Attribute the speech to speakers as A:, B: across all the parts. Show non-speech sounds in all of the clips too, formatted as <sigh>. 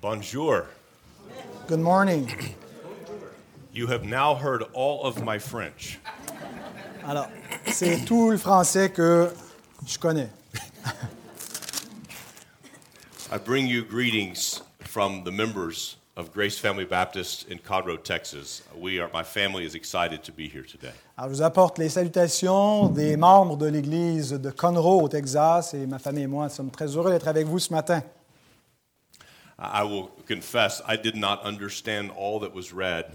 A: Bonjour.
B: Good morning.
A: You have now heard all of my French.
B: Alors, c'est tout le français que je connais.
A: I bring you greetings from the members of Grace Family Baptist in Conroe, Texas. We are my family is excited to be here today.
B: Alors, je vous apporte les salutations des membres de l'Église de Conroe au Texas et ma famille et moi sommes très heureux d'être avec vous ce matin.
A: I I will confess I did not understand all that was read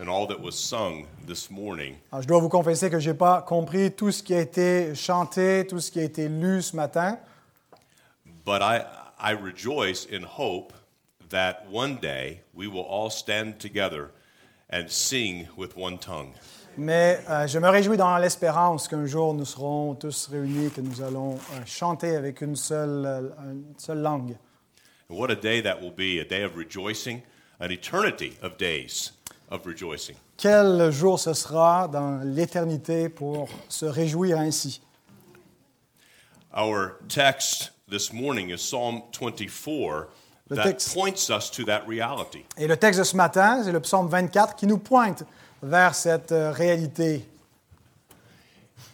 A: and all that was sung this morning,
B: Alors, je dois vous confesser que je n'ai pas compris tout ce qui a été chanté, tout ce qui a été lu ce matin,
A: but I I rejoice in hope that one day we will all stand together and sing with one tongue.
B: mais euh, je me réjouis dans l'espérance qu'un jour nous serons tous réunis, que nous allons euh, chanter avec une seule, euh, une seule langue.
A: And what a day that will be, a day of rejoicing, an eternity of days of rejoicing.
B: Quel jour ce sera dans l'éternité pour se réjouir ainsi.
A: Our text this morning is Psalm 24
B: The
A: that
B: text-
A: points us to that reality.
B: Et le texte de ce matin, c'est le psaume 24 qui nous pointe vers cette euh, réalité.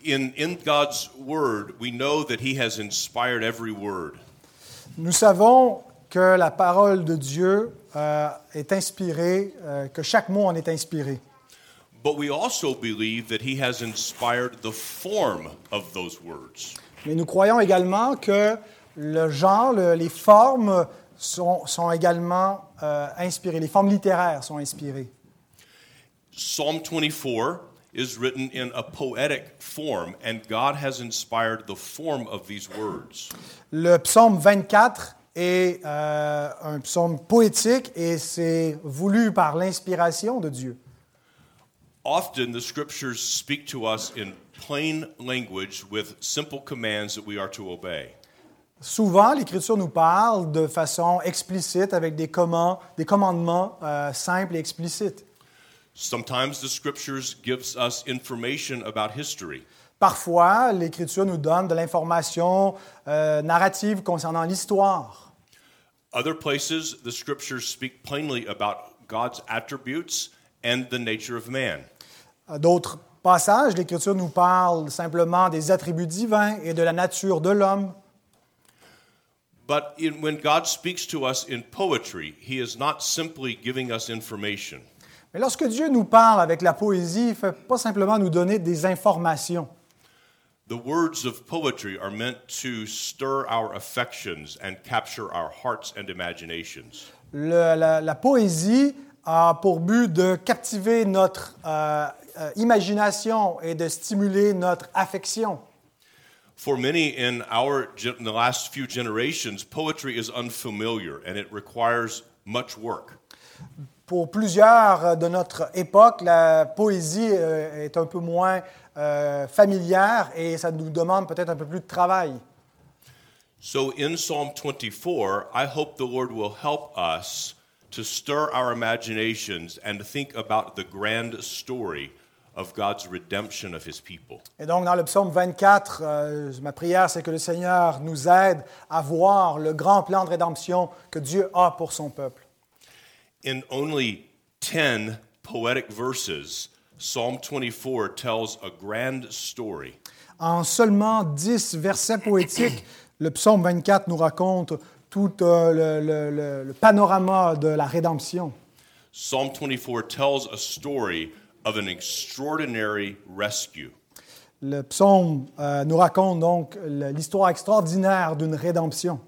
A: In, in God's word, we know that He has inspired every word.
B: Nous savons que la parole de Dieu euh, est inspirée, euh, que chaque mot en est inspiré.
A: But we also believe that he has inspired the form of those words.
B: Mais nous croyons également que le genre, le- les formes sont, sont également euh, inspirées, les formes littéraires sont inspirées.
A: Psalm 24 is written in a poetic form, and God has inspired the form of these words.
B: Le psaume 24 est euh, un psaume poétique et c'est voulu par l'inspiration de Dieu.
A: Often the scriptures speak to us in plain language with simple commands that we are to obey.
B: Souvent, l'Écriture nous parle de façon explicite, avec des, commandes- des commandements euh, simples et explicites.
A: Sometimes the scriptures gives us information about history.
B: Parfois, l'Écriture nous donne de l'information euh, narrative concernant l'histoire.
A: Other places the scriptures speak plainly about God's attributes and the nature of man.
B: À D'autres passages, l'Écriture nous parle simplement des attributs divins et de la nature de l'homme.
A: But in, when God speaks to us in poetry, He is not simply giving us information.
B: Mais lorsque Dieu nous parle avec la poésie, il ne fait pas simplement nous donner des informations.
A: The words of poetry are meant to stir our affections and capture our hearts and imaginations.
B: Le- la, la poésie a pour but de captiver notre euh, euh, imagination et de stimuler notre affection.
A: For many in our gen- in the last few generations, poetry is unfamiliar and it requires much work.
B: Pour plusieurs euh, de notre époque, la poésie euh, est un peu moins euh, familière et ça nous demande peut-être un peu plus de travail.
A: So in Psalm 24, I hope the Lord will help us to stir our imaginations and think about the grand story of God's redemption of his people.
B: Et donc, dans le psaume 24, euh, ma prière, c'est que le Seigneur nous aide à voir le grand plan de rédemption que Dieu a pour son peuple.
A: In only 10 poetic verses, Psalm 24 tells a grand story.
B: En seulement dix versets poétiques, le psaume 24 nous raconte tout euh, le, le- le- le panorama de la rédemption.
A: Psalm 24 tells a story of an extraordinary rescue.
B: Le psaume euh, nous raconte donc le- l'histoire extraordinaire d'une rédemption.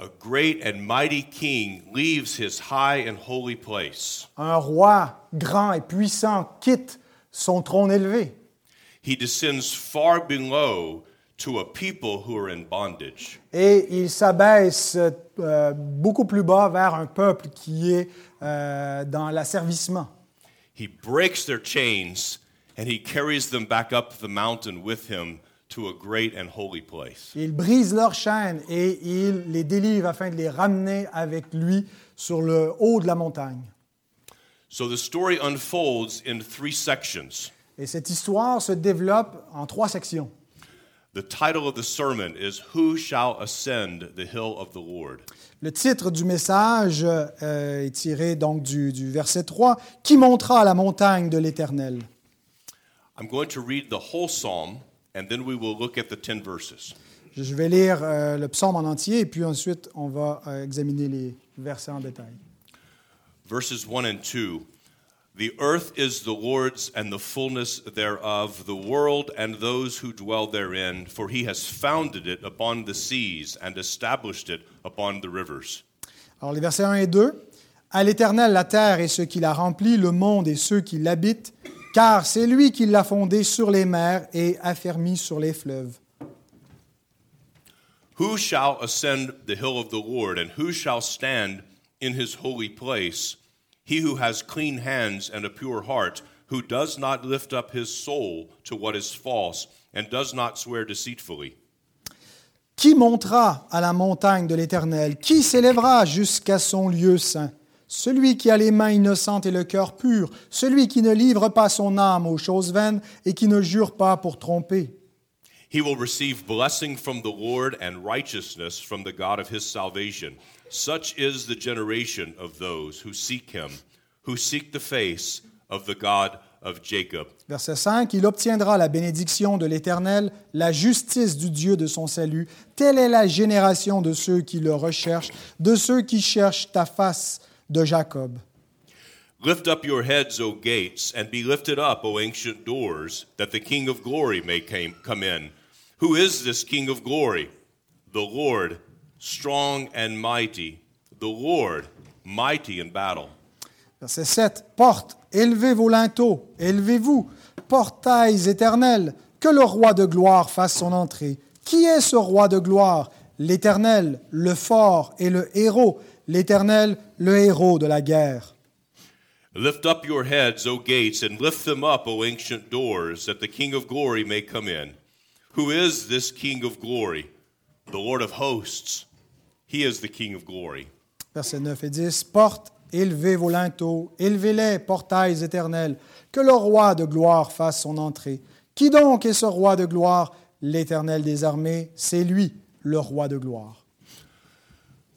A: A great and mighty king leaves his high and holy place.
B: Un roi grand et puissant quitte son trône élevé.
A: He descends far below to a people who are in bondage.
B: Et il s'abaisse euh, beaucoup plus bas vers un peuple qui est euh, dans l'asservissement.
A: He breaks their chains and he carries them back up the mountain with him to a great and holy place.
B: Il brise leurs chaînes et il les délivre afin de les ramener avec lui sur le haut de la montagne.
A: So the story unfolds in three sections.
B: Et cette histoire se développe en trois sections.
A: The title of the sermon is Who Shall Ascend the Hill of the Lord?
B: Le titre du message euh, est tiré donc du, du verset 3, Qui montera à la montagne de l'Éternel?
A: I'm going to read the whole psalm and then we will look at the 10 verses.
B: Je vais lire euh, le psaume en entier et puis ensuite on va euh, examiner les versets en détail.
A: Verses 1 and 2 The earth is the Lord's and the fullness thereof, the world and those who dwell therein, for he has founded it upon the seas and established it upon the rivers.
B: Alors les versets 1 et 2. À l'Éternel la terre et ce qui la remplit, le monde et ceux qui l'habitent, car c'est lui qui l'a fondée sur les mers et affermi sur les fleuves.
A: Who shall ascend the hill of the Lord, and who shall stand in his holy place? He who has clean hands and a pure heart, who does not lift up his soul to what is false, and does not swear deceitfully.
B: Qui montera à la montagne de l'Éternel Qui s'élèvera jusqu'à son lieu saint Celui qui a les mains innocentes et le cœur pur, celui qui ne livre pas son âme aux choses vaines et qui ne jure pas pour tromper.
A: He will receive blessing from the Lord and righteousness from the God of his salvation. Such is the generation of those who seek him, who seek the face of the God of Jacob.
B: Verset 5, Il obtiendra la bénédiction de l'Éternel, la justice du Dieu de son salut. Telle est la génération de ceux qui le recherchent, de ceux qui cherchent ta face de Jacob.
A: Lift up your heads, O gates, and be lifted up, O ancient doors, that the King of glory may came, come in. Who is this King of glory? The Lord, strong and mighty, the Lord, mighty in battle.
B: Verset 7. Porte, élevez vos linteaux, élevez-vous, portails éternels, que le roi de gloire fasse son entrée. Qui est ce roi de gloire L'éternel, le fort et le héros, l'éternel, le héros de la guerre.
A: Lift up your heads, O gates, and lift them up, O ancient doors, that the King of glory may come in. Who is this King of glory? The Lord of hosts. He is the King of glory.
B: Versets 9 et 10. Porte, élevez vos linteaux, élevez-les, portails éternels, que le roi de gloire fasse son entrée. Qui donc est ce roi de gloire L'éternel des armées, c'est lui, le roi de gloire.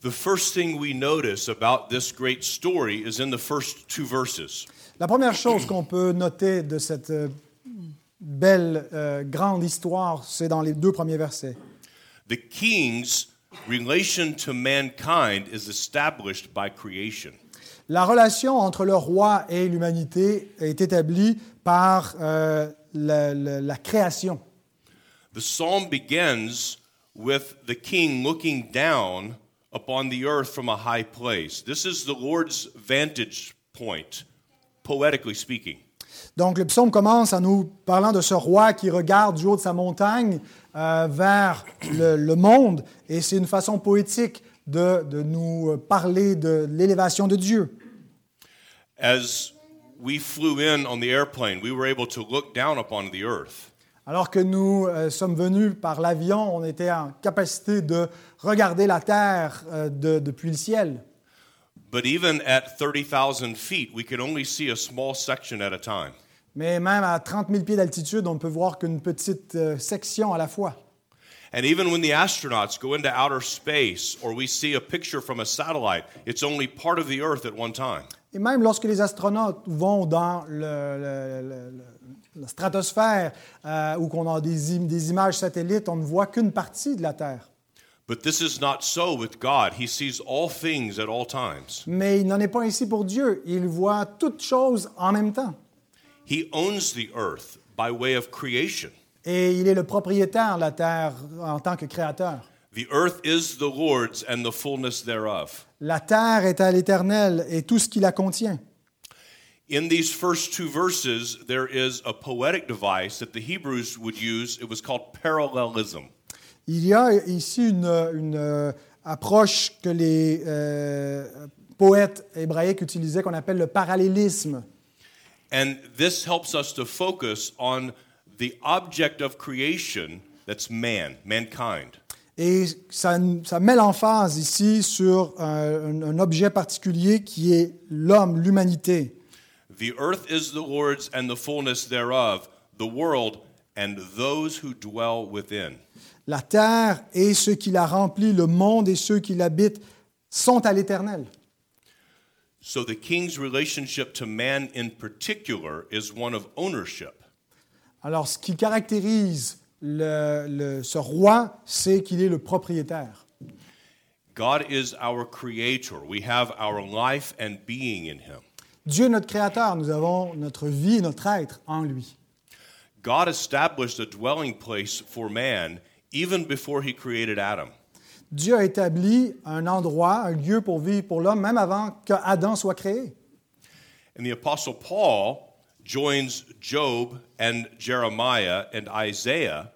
A: The first thing we notice about this great story is in the first two verses.
B: La première chose qu'on peut noter de cette euh, belle, euh, grande histoire, c'est dans les deux premiers versets.
A: The king's relation to mankind is established by creation.
B: La relation entre le roi et l'humanité est établie par euh, la, la- la création.
A: The psalm begins with the king looking down upon the earth from a high place. This is the Lord's vantage point, poetically speaking.
B: Donc le psaume commence en nous parlant de ce roi qui regarde du haut de sa montagne euh, vers le, le monde, et c'est une façon poétique de, de nous parler de l'élévation de Dieu.
A: As we flew in on the airplane, we were able to look down upon the earth.
B: Alors que nous euh, sommes venus par l'avion, on était en capacité de regarder la terre euh, de- depuis le ciel.
A: But even at 30,000 feet, we could only see a small section at a time.
B: Mais même à 30 000 pieds d'altitude, on ne peut voir qu'une petite euh, section à la fois.
A: And even when the astronauts go into outer space or we see a picture from a satellite, it's only part of the earth at one time.
B: Et même lorsque les astronautes vont dans le- le- le- le- la stratosphère euh, ou qu'on a des, im- des images satellites, on ne voit qu'une partie de la Terre.
A: But this is not so with God. He sees all things at all times.
B: Mais il n'en est pas ainsi pour Dieu. Il voit toutes choses en même temps.
A: He owns the earth by way of creation.
B: Et il est le propriétaire de la Terre en tant que créateur.
A: The earth is the Lord's and the fullness thereof.
B: La Terre est à l'Éternel et tout ce qui la contient.
A: In these first two verses, there is a poetic device that the Hebrews would use. It was called parallelism.
B: Il y a ici une, une, euh, approche que les euh, poètes hébraïques utilisaient qu'on appelle le parallélisme.
A: And this helps us to focus on the object of creation that's man, mankind.
B: Et ça, ça met l'emphase ici sur euh, un, un objet particulier qui est l'homme, l'humanité.
A: The earth is the Lord's and the fullness thereof, the world and those who dwell within.
B: La terre et ceux qui la remplit, le monde et ceux qui l'habitent sont à l'Éternel.
A: So the king's relationship to man in particular is one of ownership.
B: Alors, ce qui caractérise le- le- ce roi, c'est qu'il est le propriétaire.
A: God is our creator. We have our life and being in him.
B: Dieu est notre Créateur, nous avons notre vie, notre être en lui.
A: God established a dwelling place for man even before he created Adam.
B: Dieu a établi un endroit, un lieu pour vivre pour l'homme, même avant que Adam soit créé.
A: And the apostle Paul joins Job and Jeremiah and Isaiah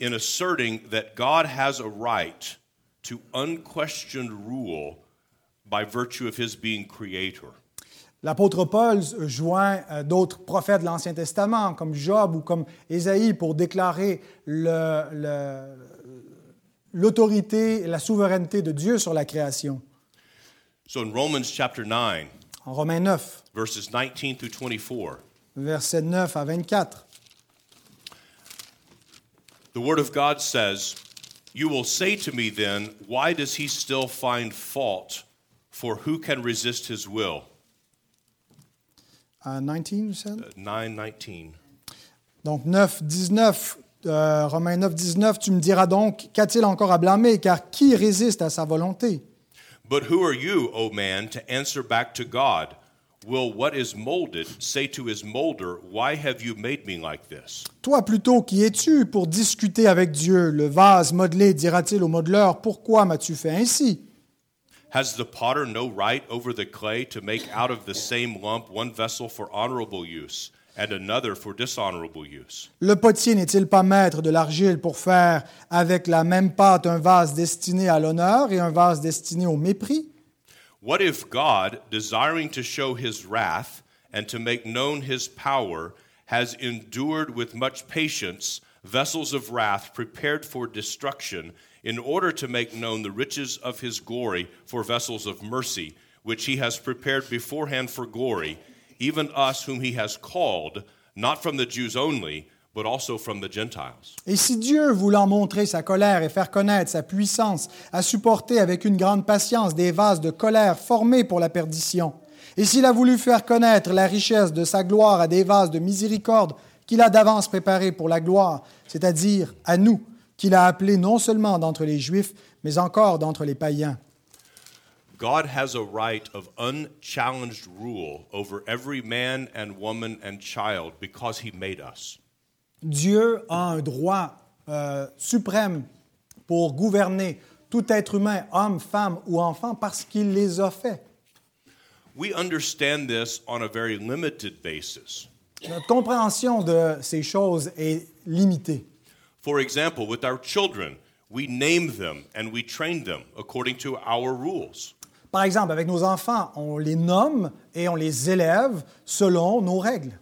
A: in asserting that God has a right to unquestioned rule by virtue of his being creator.
B: L'apôtre Paul joint euh, d'autres prophètes de l'Ancien Testament, comme Job ou comme Ésaïe, pour déclarer le- le- l'autorité et la souveraineté de Dieu sur la création.
A: So in Romans chapter 9,
B: En Romains 9,
A: verses 19 through 24,
B: versets 9 à 24.
A: The Word of God says, You will say to me then, Why does he still find fault? For who can resist his will?
B: Euh, 19, you said?
A: 919.
B: Donc 9, 19, euh, Romains 9, 19, tu me diras donc, qu'a-t-il encore à blâmer, car qui résiste à sa volonté?
A: But who are you, O man, to answer back to God? Will what is molded say to his molder, Why have you made me like this?
B: Toi plutôt, qui es-tu pour discuter avec Dieu? Le vase modelé dira-t-il au modeleur, pourquoi m'as-tu fait ainsi?
A: Has the potter no right over the clay to make out of the same lump one vessel for honorable use and another for dishonorable use?
B: Le potier n'est-il pas maître de l'argile pour faire avec la même pâte un vase destiné à l'honneur et un vase destiné au mépris?
A: What if God, desiring to show his wrath and to make known his power, has endured with much patience vessels of wrath prepared for destruction, in order to make known the riches of his glory for vessels of mercy, which he has prepared beforehand for glory, even us whom he has called, not from the Jews only, but also from the Gentiles?
B: Et si Dieu, voulant montrer sa colère et faire connaître sa puissance, a supporté avec une grande patience des vases de colère formés pour la perdition, et s'il a voulu faire connaître la richesse de sa gloire à des vases de miséricorde qu'il a d'avance préparés pour la gloire, c'est-à-dire à nous, qu'il a appelés non seulement d'entre les Juifs, mais encore d'entre les païens.
A: God has a right of unchallenged rule over every man and woman and child because he made us.
B: Dieu a un droit euh, suprême pour gouverner tout être humain, homme, femme ou enfant, parce qu'il les a faits.
A: We understand this on a very limited basis.
B: Notre compréhension de ces choses est limitée.
A: For example, with our children, we name them and we train them according to our rules.
B: Par exemple, avec nos enfants, on les nomme et on les élève selon nos règles.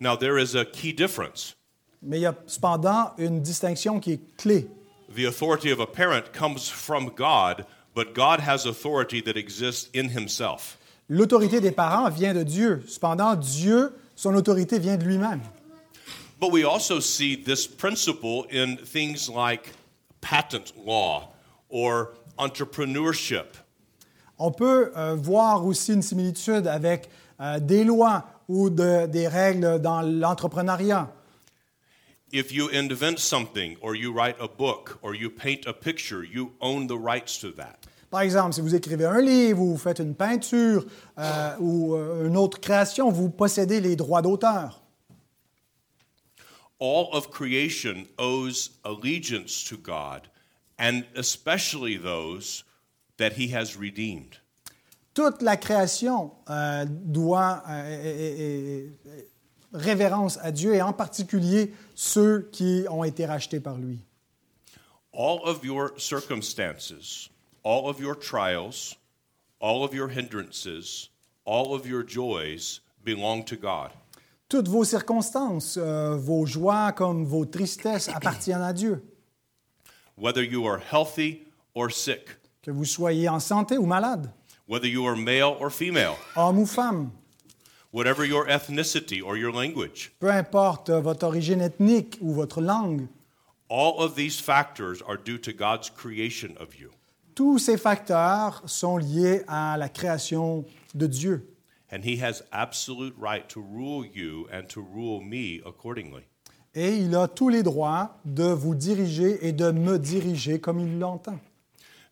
A: Now, there is a key difference.
B: Mais il y a cependant une distinction qui est clé.
A: The authority of a parent comes from God, but God has authority that exists in himself.
B: L'autorité des parents vient de Dieu. Cependant, Dieu, son autorité vient de lui-même.
A: But we also see this principle in things like patent law or entrepreneurship.
B: On peut euh, voir aussi une similitude avec euh, des lois ou de- des règles dans l'entrepreneuriat.
A: If you invent something or you write a book or you paint a picture, you own the rights to that.
B: Par exemple, si vous écrivez un livre ou vous faites une peinture euh, ou euh, une autre création, vous possédez les droits d'auteur.
A: All of creation owes allegiance to God, and especially those that he has redeemed.
B: Toute la création euh, doit euh, et- et- et- révérence à Dieu et en particulier ceux qui ont été rachetés par lui.
A: all of your circumstances, all of your trials, all of your hindrances, all of your joys belong to God.
B: Toutes vos circonstances, euh, vos joies comme vos tristesses appartiennent à Dieu.
A: Whether you are healthy or sick,
B: Que vous soyez en santé ou malade,
A: whether you are male or female,
B: homme ou femme,
A: whatever your ethnicity or your language.
B: Peu importe votre origine ethnique ou votre langue,
A: All of these factors are due to God's creation of you.
B: tous ces facteurs sont liés à la création de Dieu.
A: And He has absolute right to rule you and to rule me accordingly.
B: Et il a tous les droits de vous diriger et de me diriger comme il l'entend.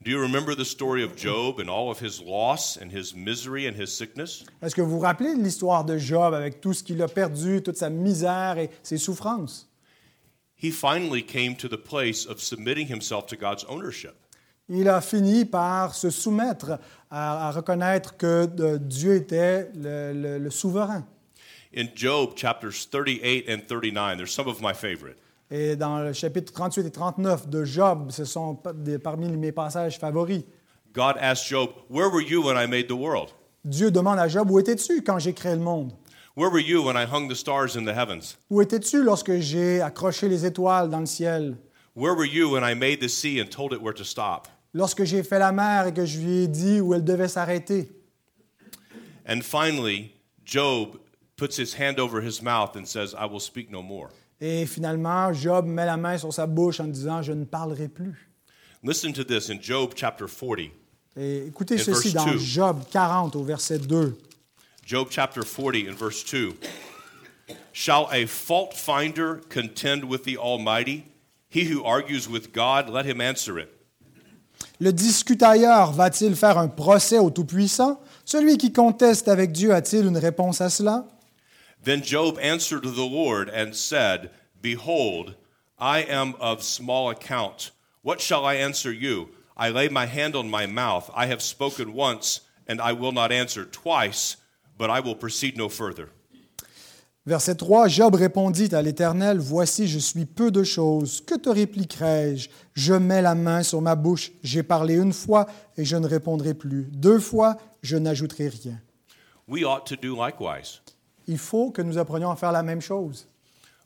A: Do you remember the story of Job and all of his loss and his misery and his sickness?
B: Est-ce que vous vous rappelez de l'histoire de Job avec tout ce qu'il a perdu, toute sa misère et ses souffrances?
A: He finally came to the place of submitting himself to God's ownership.
B: Il a fini par se soumettre à, à reconnaître que de- Dieu était le- le- le souverain.
A: In Job chapters 38 and 39, they're some of my favorite.
B: Et dans le chapitre 38 et 39 de Job, ce sont pa- des- parmi mes passages favoris.
A: God asked Job, Where were you when I made the world?
B: Dieu demande à Job, où étais-tu quand j'ai créé le monde?
A: Where were you when I hung the stars in the heavens?
B: Où étais-tu lorsque j'ai accroché les étoiles dans le ciel?
A: Where were you when I made the sea and told it where to stop?
B: Lorsque j'ai fait la mer et que je lui ai dit où elle devait s'arrêter?
A: And finally, Job puts his hand over his mouth and says, I will speak no more.
B: Et finalement, Job met la main sur sa bouche en disant, je ne parlerai plus.
A: Listen to this in Job chapter 40.
B: Et écoutez
A: In
B: ceci
A: verse
B: dans
A: two.
B: Job 40 au verset 2.
A: Job chapter 40 and verse 2. Shall a fault finder contend with the Almighty? He who argues with God, let him answer it.
B: Le discutailleur va-t-il faire un procès au Tout-Puissant? Celui qui conteste avec Dieu a-t-il une réponse à cela?
A: Then Job answered the Lord and said, Behold, I am of small account. What shall I answer you? I lay my hand on my mouth. I have spoken once, and I will not answer twice, but I will proceed no further.
B: Verset 3, Job répondit à l'Éternel, Voici, je suis peu de choses, que te répliquerai-je Je mets la main sur ma bouche, j'ai parlé une fois et je ne répondrai plus. Deux fois, je n'ajouterai rien.
A: We ought to do likewise.
B: Il faut que nous apprenions à faire la même chose.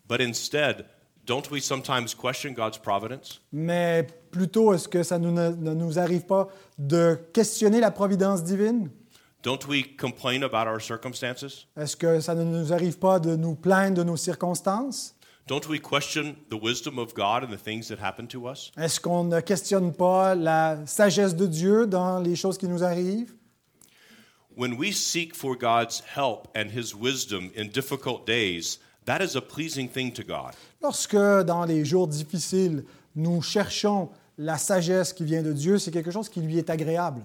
A: But instead, don't we sometimes question God's providence?
B: Mais plutôt, est-ce que ça nous- ne, ne nous arrive pas de questionner la providence divine
A: Don't we complain about our circumstances?
B: Est-ce que ça ne nous arrive pas de nous plaindre de nos circonstances
A: Don't we question the wisdom of God and the things that happen to us?
B: Est-ce qu'on ne questionne pas la sagesse de Dieu dans les choses qui nous arrivent
A: When we seek for God's help and His wisdom in difficult days, that is a pleasing thing to God.
B: Lorsque dans les jours difficiles, nous cherchons la sagesse qui vient de Dieu, c'est quelque chose qui lui est agréable.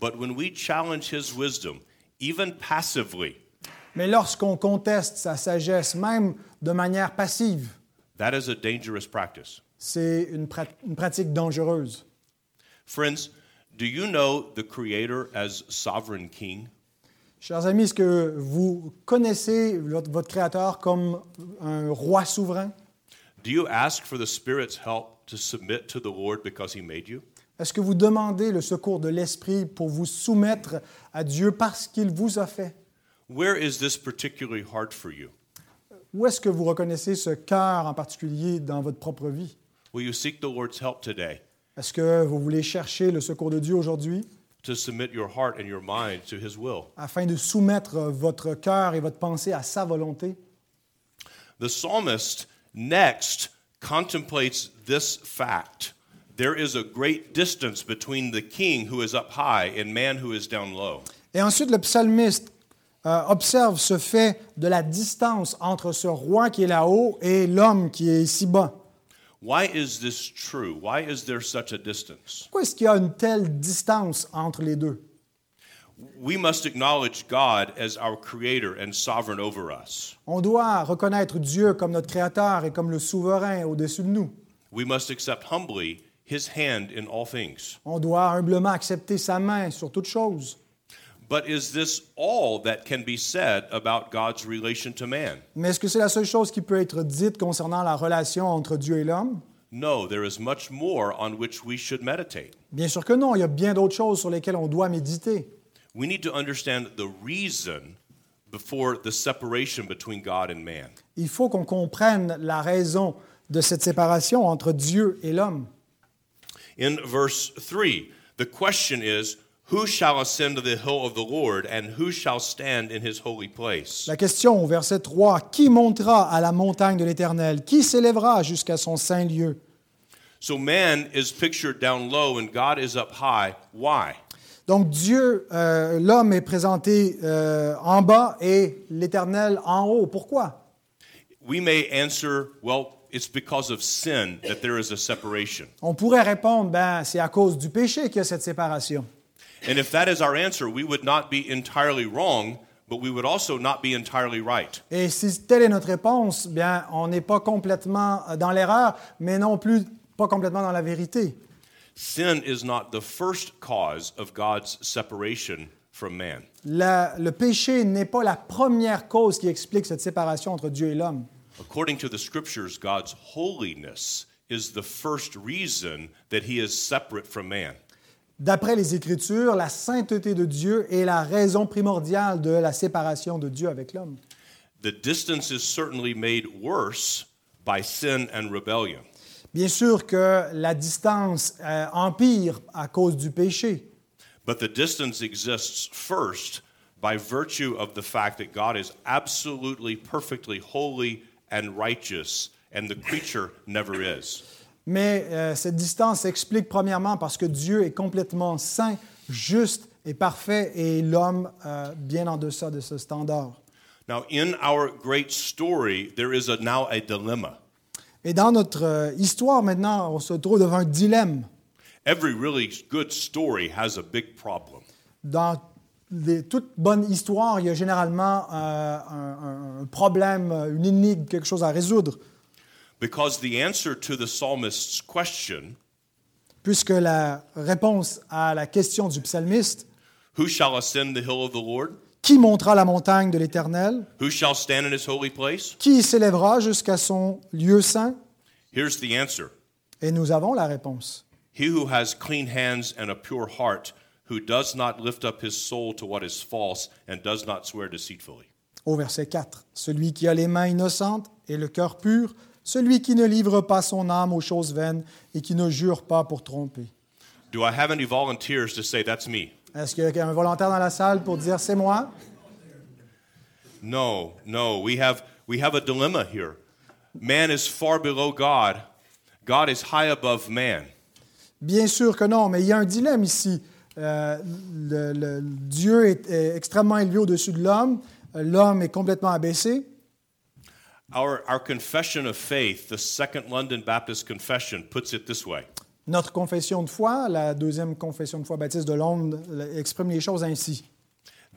A: But when we challenge His wisdom, even passively,
B: Mais lorsqu'on conteste sa sagesse, même de manière passive,
A: that is a dangerous practice.
B: c'est une, prat- une pratique dangereuse.
A: Friends, do you know the Creator as sovereign King?
B: Chers amis, est-ce que vous connaissez votre, votre Créateur comme un roi souverain?
A: Do you ask for the Spirit's help to submit to the Lord because He made you?
B: Est-ce que vous demandez le secours de l'Esprit pour vous soumettre à Dieu parce qu'il vous a fait?
A: Where is this particularly hard for you?
B: Où est-ce que vous reconnaissez ce cœur en particulier dans votre propre vie?
A: Will you seek the Lord's help today
B: Est-ce que vous voulez chercher le secours de Dieu aujourd'hui
A: to submit your heart and your mind to His will?
B: afin de soumettre votre cœur et votre pensée à sa volonté?
A: The psalmist next contemplates this fact there is a great distance between the king who is up high and man who is down low.
B: Et ensuite, le psalmiste euh, observe ce fait de la distance entre ce roi qui est là-haut et l'homme qui est ici bas.
A: Why is this true? Why is there such a distance?
B: Pourquoi est-ce qu'il y a une telle distance entre les deux?
A: We must acknowledge God as our creator and sovereign over us.
B: On doit reconnaître Dieu comme notre Créateur et comme le souverain au-dessus de nous.
A: We must accept humbly his hand in all things.
B: On doit humblement accepter sa main sur toute chose.
A: But is this all that can be said about God's relation to man?
B: Mais est-ce que c'est la seule chose qui peut être dite concernant la relation entre Dieu et l'homme?
A: No, there is much more on which we should meditate.
B: Bien sûr que non, il y a bien d'autres choses sur lesquelles on doit méditer.
A: We need to understand the reason before the separation between God and man.
B: Il faut qu'on comprenne la raison de cette séparation entre Dieu et l'homme.
A: In verse 3, the question is Who shall ascend to the hill of the Lord, and who shall stand in his holy place?
B: La question au verset 3, qui montera à la montagne de l'Éternel Qui s'élèvera jusqu'à son saint lieu
A: So man is pictured down low and God is up high. Why?
B: Donc Dieu, euh, l'homme est présenté euh, en bas et l'Éternel en haut. Pourquoi
A: We may answer, well, it's because of sin that there is a separation.
B: On pourrait répondre, ben, c'est à cause du péché qu'il y a cette séparation.
A: And if that is our answer, we would not be entirely wrong, but we would also not be entirely right.
B: Et si telle est notre réponse, bien, on n'est pas complètement euh, dans l'erreur, mais non plus pas complètement dans la vérité.
A: Sin is not the first cause of God's separation from man.
B: La- le péché n'est pas la première cause qui explique cette séparation entre Dieu et l'homme.
A: According to the scriptures, God's holiness is the first reason that he is separate from man.
B: D'après les Écritures, la sainteté de Dieu est la raison primordiale de la séparation de Dieu avec l'homme.
A: The distance is certainly made worse by sin and rebellion.
B: Bien sûr que la distance euh, empire à cause du péché,
A: But the distance exists first by virtue of the fact that God is absolutely, perfectly holy and righteous, and the creature never is.
B: mais euh, cette distance s'explique premièrement parce que Dieu est complètement saint, juste et parfait, et l'homme euh, bien en deçà de ce standard.
A: Now, in our great story, there is a, now a dilemma.
B: Et dans notre euh, histoire maintenant, on se trouve devant un dilemme.
A: Every really good story has a big problem.
B: Dans les- toute bonne histoire, il y a généralement euh, un, un- un problème, euh, une énigme, quelque chose à résoudre,
A: Because the answer to the psalmist's question,
B: puisque la réponse à la question du psalmiste,
A: who shall ascend the hill of the Lord?
B: qui montera la montagne de l'Éternel,
A: Who shall stand in his holy place?
B: qui s'élèvera jusqu'à son lieu saint,
A: Here's the answer
B: et nous avons la réponse.
A: He who has clean hands and a pure heart, who does not lift up his soul to what is false and does not swear deceitfully.
B: Au verset 4, Celui qui a les mains innocentes et le cœur pur, celui qui ne livre pas son âme aux choses vaines et qui ne jure pas pour tromper.
A: Do I have any volunteers to say that's me?
B: Est-ce qu'il y a un volontaire dans la salle pour dire c'est moi?
A: No, no. We have we have a dilemma here. Man is far below God. God is high above man.
B: Bien sûr que non, mais il y a un dilemme ici. Euh, le- le- Dieu est, est extrêmement élevé au-dessus de l'homme, l'homme est complètement abaissé.
A: Our our confession of faith, the Second London Baptist Confession, puts it this way.
B: Notre confession de foi, la deuxième confession de foi baptiste de Londres, l- exprime les choses ainsi.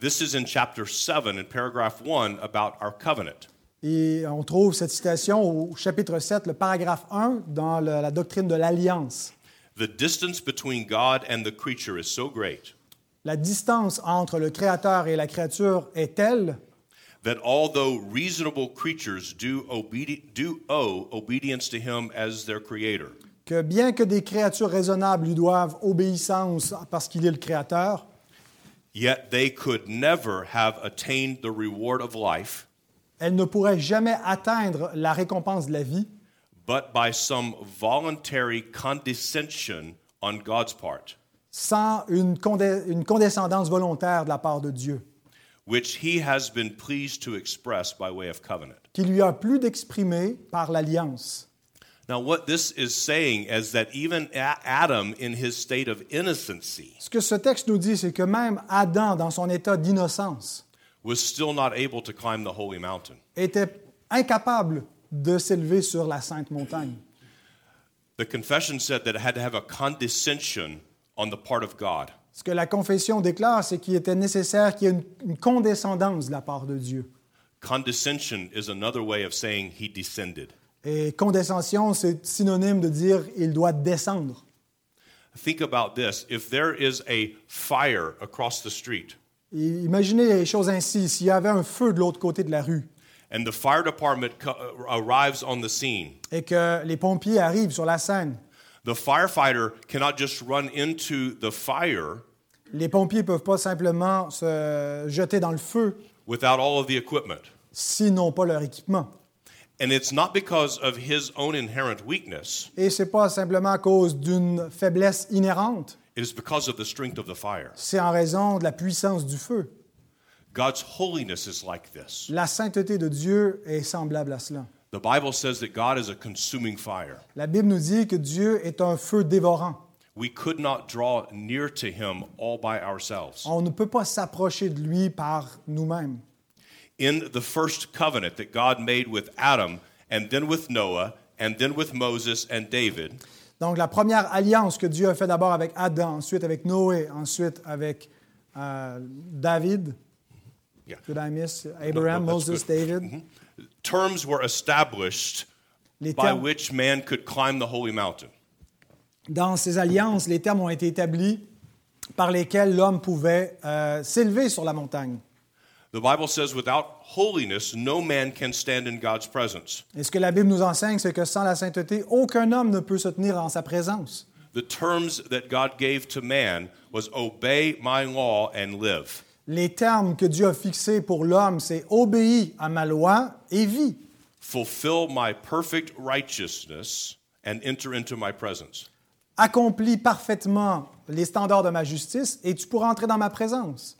A: This is in chapter 7 in paragraph 1 about our covenant.
B: Et euh, on trouve cette citation au chapitre 7, le paragraphe 1, dans le- la doctrine de l'alliance.
A: The distance between God and the creature is so great
B: La distance entre le Créateur et la créature est telle
A: that although reasonable creatures do, obedi- do owe obedience to him as their creator,
B: que bien que des créatures raisonnables lui doivent obéissance parce qu'il est le Créateur,
A: yet they could never have attained the reward of life
B: Elle ne pourrait jamais atteindre la récompense de la vie,
A: but by some voluntary condescension on God's part,
B: sans une, condé- une condescendance volontaire de la part de Dieu,
A: which he has been pleased to express by way of covenant.
B: qui lui a plu d'exprimer par l'alliance.
A: Now, what this is saying is that even A- Adam, in his state of innocency,
B: Ce que ce texte nous dit, c'est que même Adam, dans son état d'innocence,
A: was still not able to climb the holy mountain.
B: était incapable de s'élever sur la sainte montagne.
A: The confession said that it had to have a condescension on the part of God.
B: Ce que la confession déclare, c'est qu'il était nécessaire qu'il y ait une- une condescendance de la part de Dieu.
A: Condescension is another way of saying he descended.
B: Et condescension, c'est synonyme de dire il doit descendre.
A: Think about this if there is a fire across the street,
B: Et Imaginez les choses ainsi. S'il y avait un feu de l'autre côté de la rue
A: and the fire department co- uh, arrives on the scene,
B: et que les pompiers arrivent sur la scène,
A: the firefighter cannot just run into the fire
B: les pompiers ne peuvent pas simplement se jeter dans le feu
A: without all of the equipment.
B: s'ils n'ont pas leur équipement.
A: And it's not because of his own inherent weakness,
B: Et ce n'est pas simplement à cause d'une faiblesse inhérente,
A: It is because of the strength of the fire.
B: C'est en raison de la puissance du feu.
A: God's holiness is like this.
B: La sainteté de Dieu est semblable à cela.
A: The Bible says that God is a consuming fire.
B: La Bible nous dit que Dieu est un feu dévorant.
A: We could not draw near to him all by ourselves.
B: On ne peut pas s'approcher de lui par nous-mêmes.
A: In the first covenant that God made with Adam, and then with Noah, and then with Moses and David,
B: Donc la première alliance que Dieu a fait d'abord avec Adam, ensuite avec Noé, ensuite avec euh, David,
A: Yeah.
B: Did I miss? Abraham,
A: No, no, that's
B: Moses,
A: good.
B: David.
A: terms were established
B: Les
A: Mhm. by
B: termes-
A: which man could climb the holy mountain.
B: Dans ces alliances, les termes ont été établis par lesquels l'homme pouvait euh, s'élever sur la montagne.
A: The Bible says, without holiness, no man can stand in God's presence.
B: Et ce que la Bible nous enseigne, c'est que sans la sainteté, aucun homme ne peut se tenir en sa présence.
A: The terms that God gave to man was obey my law and live.
B: Les termes que Dieu a fixés pour l'homme, c'est obéis à ma loi et vis.
A: Fulfill my perfect righteousness and enter into my presence.
B: Accomplis parfaitement les standards de ma justice et tu pourras entrer dans ma présence.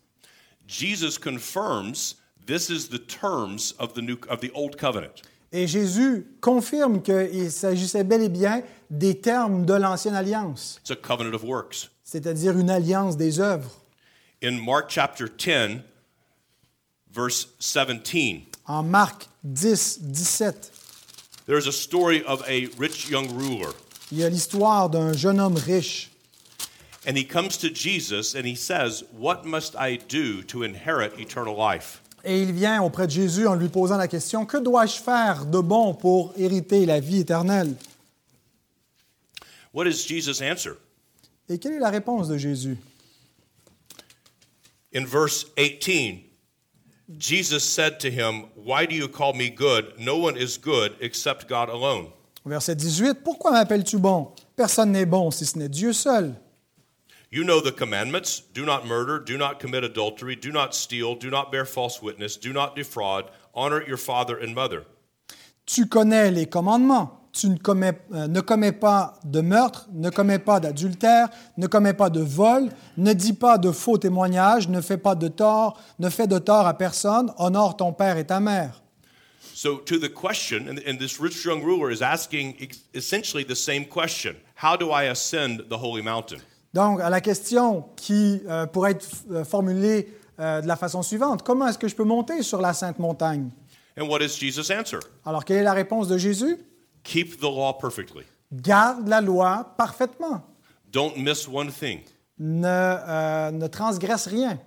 A: Jesus confirms this is the terms of the new of the old covenant.
B: Et Jésus confirme qu'il s'agissait bel et bien des termes de l'ancienne alliance,
A: It's a covenant of works.
B: c'est-à-dire une alliance des œuvres.
A: In Mark chapter 10 verse 17,
B: En Marc 10, 17,
A: there's a story of a rich young ruler
B: il y a l'histoire d'un jeune homme riche.
A: and he comes to Jesus and he says, "What must I do to inherit eternal life?"
B: Et il vient auprès de Jésus en lui posant la question, que dois-je faire de bon pour hériter la vie éternelle?
A: What is Jesus' answer?
B: Et quelle est la réponse de Jésus?
A: In verse 18, Jesus said to him, Why do you call me good? No one is good except God alone.
B: Verset 18, Pourquoi m'appelles-tu bon? Personne n'est bon si ce n'est Dieu seul.
A: You know the commandments do not murder, do not commit adultery, do not steal, do not bear false witness, do not defraud, honor your father and mother.
B: Tu connais les commandements. Tu ne commets, euh, ne commets pas de meurtre, ne commets pas d'adultère, ne commets pas de vol, ne dis pas de faux témoignages, ne fais pas de tort, ne fais de tort à personne, honore ton père et ta mère.
A: So, to the question, and, and this rich young ruler is asking ex- essentially the same question How do I ascend the holy mountain?
B: Donc, à la question qui euh, pourrait être euh, formulée euh, de la façon suivante, comment est-ce que je peux monter sur la sainte montagne?
A: And what is Jesus' answer?
B: Alors, quelle est la réponse de Jésus?
A: Keep the law perfectly.
B: Garde la loi parfaitement.
A: Don't miss one thing.
B: Ne, euh, ne transgresse rien.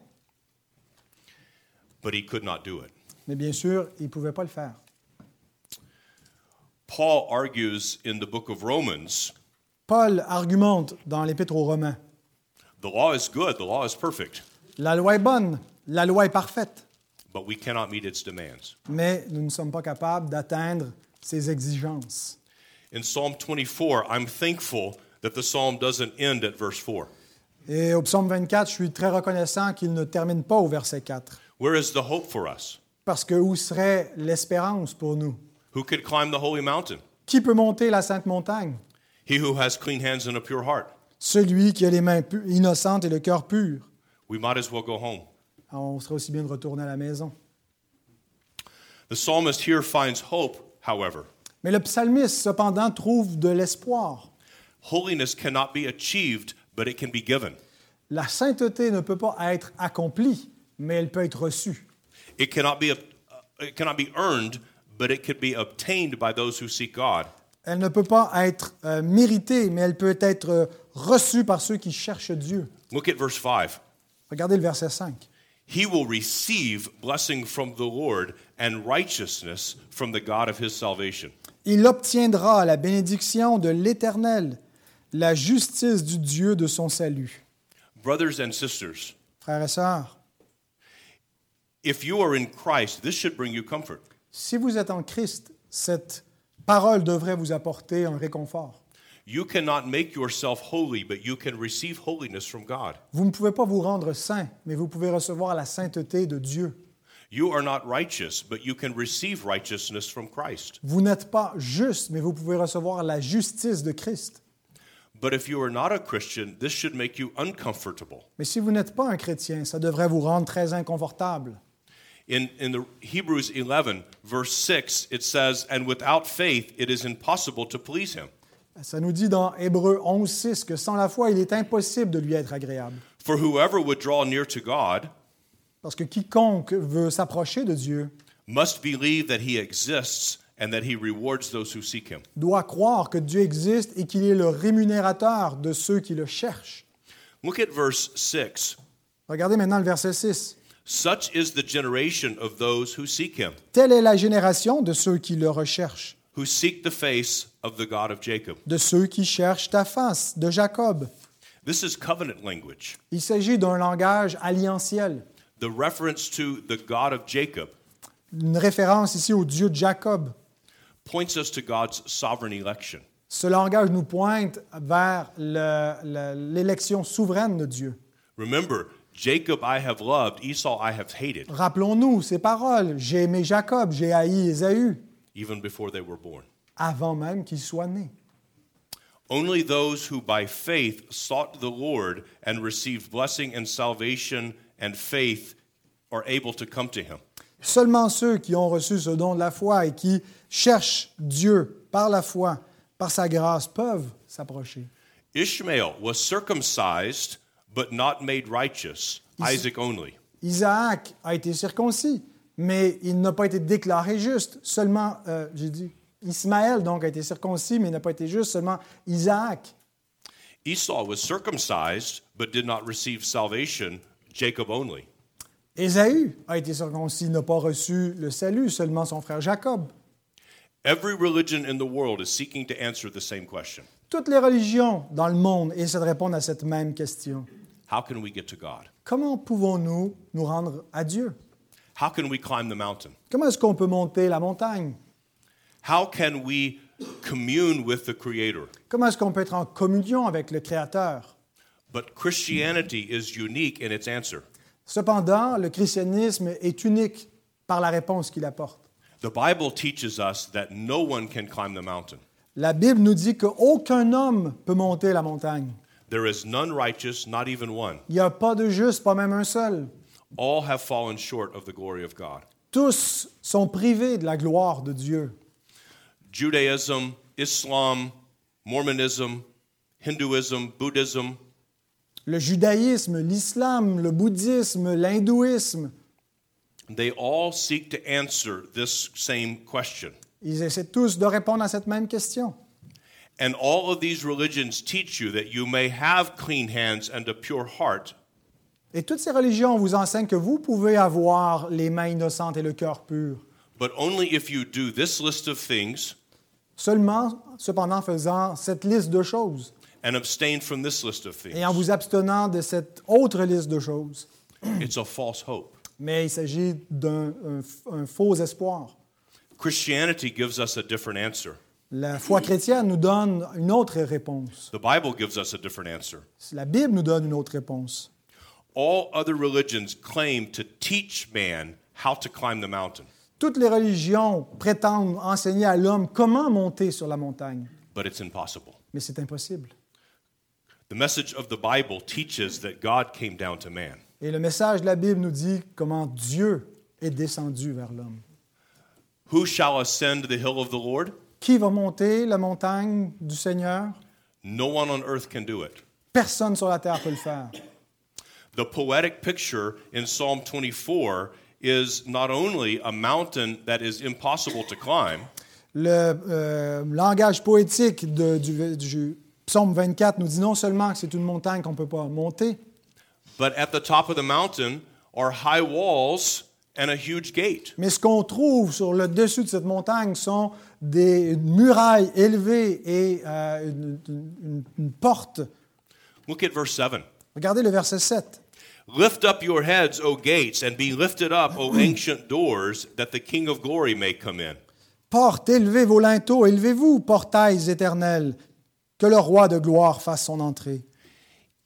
A: But he could not do it.
B: Mais bien sûr, il ne pouvait pas le faire.
A: Paul argues in the book of Romans
B: Paul argumente dans l'Épître aux Romains.
A: the law is good, the law is perfect,
B: La loi est bonne, la loi est parfaite,
A: but we cannot meet its demands.
B: mais nous ne sommes pas capables d'atteindre ses exigences.
A: In Psalm 24, I'm thankful that the psalm doesn't end at verse 4.
B: Et au psaume 24, je suis très reconnaissant qu'il ne termine pas au verset 4,
A: Where is the hope for us?
B: parce que où serait l'espérance pour nous?
A: Who could climb the holy mountain?
B: Qui peut monter la sainte montagne?
A: He who has clean hands and a pure heart.
B: Celui qui a les mains pu- innocentes et le cœur pur.
A: We might as well go home.
B: Alors, on serait aussi bien de retourner à la maison.
A: The psalmist here finds hope, however.
B: Mais le psalmiste, cependant, trouve de l'espoir.
A: Holiness cannot be achieved, but it can be given.
B: La sainteté ne peut pas être accomplie, mais elle peut être reçue.
A: It cannot be, ob- it cannot be earned, but it can be obtained by those who seek God.
B: Elle ne peut pas être euh, méritée, mais elle peut être euh, reçue par ceux qui cherchent Dieu.
A: Look at verse 5.
B: Regardez le verset 5.
A: He will receive blessing from the Lord and righteousness from the God of his salvation.
B: Il obtiendra la bénédiction de l'Éternel, la justice du Dieu de son salut.
A: Brothers and sisters,
B: Frères et sœurs,
A: if you are in Christ, this should bring you comfort.
B: si vous êtes en Christ, cette parole devrait vous apporter un réconfort.
A: You cannot make yourself holy, but you can receive holiness from God.
B: Vous ne pouvez pas vous rendre saint, mais vous pouvez recevoir la sainteté de Dieu.
A: You are not righteous, but you can receive righteousness from Christ.
B: Vous n'êtes pas juste, mais vous pouvez recevoir la justice de Christ.
A: But if you are not a Christian, this should make you uncomfortable.
B: Mais si vous n'êtes pas un chrétien, ça devrait vous rendre très inconfortable.
A: In, in the Hebrews 11, verse 6, it says, And without faith, it is impossible to please him.
B: Ça nous dit dans Hébreu 11, 6 que sans la foi, il est impossible de lui être agréable.
A: For whoever would draw near to God
B: Parce que quiconque veut s'approcher de Dieu
A: must believe that he exists and that he rewards those who seek him.
B: doit croire que Dieu existe et qu'il est le rémunérateur de ceux qui le cherchent.
A: Look at verse 6.
B: Regardez maintenant le verset 6.
A: Such is the generation of those who seek him,
B: Telle est la génération de ceux qui le recherchent,
A: who seek the face of the God of Jacob.
B: de ceux qui cherchent ta face, de Jacob.
A: This is covenant language.
B: Il s'agit d'un langage alliantiel,
A: The reference to the God of Jacob
B: une référence ici au Dieu de Jacob.
A: points us to God's sovereign election.
B: Ce langage nous pointe vers le- le- l'élection souveraine de Dieu.
A: Remember, Jacob I have loved, Esau I have hated,
B: Rappelons-nous ces paroles, j'ai aimé Jacob, j'ai haï Ésaü,
A: even before they were born.
B: avant même qu'il soit né.
A: Only those who by faith sought the Lord and received blessing and salvation and faith are able to come to him.
B: Seulement ceux qui ont reçu ce don de la foi et qui cherchent Dieu par la foi, par sa grâce, peuvent s'approcher.
A: Ishmael was circumcised but not made righteous, Isaac only.
B: Isaac a été circoncis, mais il n'a pas été déclaré juste. Seulement, euh, j'ai dit, Ismaël donc a été circoncis, mais il n'a pas été juste. Seulement Isaac.
A: Esau was circumcised but did not receive salvation, Jacob only.
B: Ésaü a été circoncis, n'a pas reçu le salut. Seulement son frère Jacob.
A: Every religion in the world is seeking to answer the same question
B: Toutes les religions dans le monde essaient de répondre à cette même question.
A: How can we get to God?
B: Comment pouvons-nous nous rendre à Dieu?
A: How can we climb the mountain?
B: Comment est-ce qu'on peut monter la montagne?
A: How can we commune with the Creator?
B: Comment est-ce qu'on peut être en communion avec le Créateur?
A: But Christianity is unique in its answer.
B: Cependant, le christianisme est unique par la réponse qu'il apporte.
A: The Bible teaches us that no one can climb the mountain.
B: La Bible nous dit qu'aucun homme peut monter la montagne.
A: There is none righteous, not even one.
B: Il n'y a pas de juste, pas même un seul.
A: All have fallen short of the glory of God.
B: Tous sont privés de la gloire de Dieu.
A: Judaism, Islam, Mormonism, Hinduism, Buddhism,
B: Le judaïsme, l'islam, le bouddhisme, l'hindouisme,
A: they all seek to answer this same question.
B: ils essaient tous de répondre à cette même question.
A: And all of these religions teach you that you may have clean hands and a pure heart,
B: Et toutes ces religions vous enseignent que vous pouvez avoir les mains innocentes et le cœur pur,
A: but only if you do this list of things
B: seulement, cependant, en faisant cette liste de choses
A: and abstain from this list of things.
B: et en vous abstenant de cette autre liste de choses.
A: It's a false hope.
B: Mais il s'agit d'un un f- un faux espoir.
A: Christianity gives us a different answer.
B: La foi chrétienne nous donne une autre réponse.
A: The Bible gives us a different answer.
B: La Bible nous donne une autre réponse.
A: All other religions claim to teach man how to climb the mountain,
B: Toutes les religions prétendent enseigner à l'homme comment monter sur la montagne,
A: but it's impossible.
B: mais c'est impossible.
A: The message of the Bible teaches that God came down to man.
B: Et le message de la Bible nous dit comment Dieu est descendu vers l'homme.
A: Who shall ascend the hill of the Lord?
B: Qui va monter la montagne du Seigneur?
A: No one on earth can do it.
B: Personne sur la terre peut le faire.
A: The poetic picture in Psalm 24 is not only a mountain that is impossible to climb,
B: Le euh, langage poétique de- du, du psaume 24 nous dit non seulement que c'est une montagne qu'on ne peut pas monter,
A: but at the top of the mountain are high walls and a huge gate.
B: mais ce qu'on trouve sur le dessus de cette montagne sont des murailles élevées et euh, une, une- une- une porte.
A: Look at verse 7.
B: Regardez le verset 7.
A: Lift up your heads, O gates, and be lifted up, O ancient doors, that the King of glory may come in.
B: Porte, élevez vos linteaux, élevez-vous, portails éternels, que le roi de gloire fasse son entrée.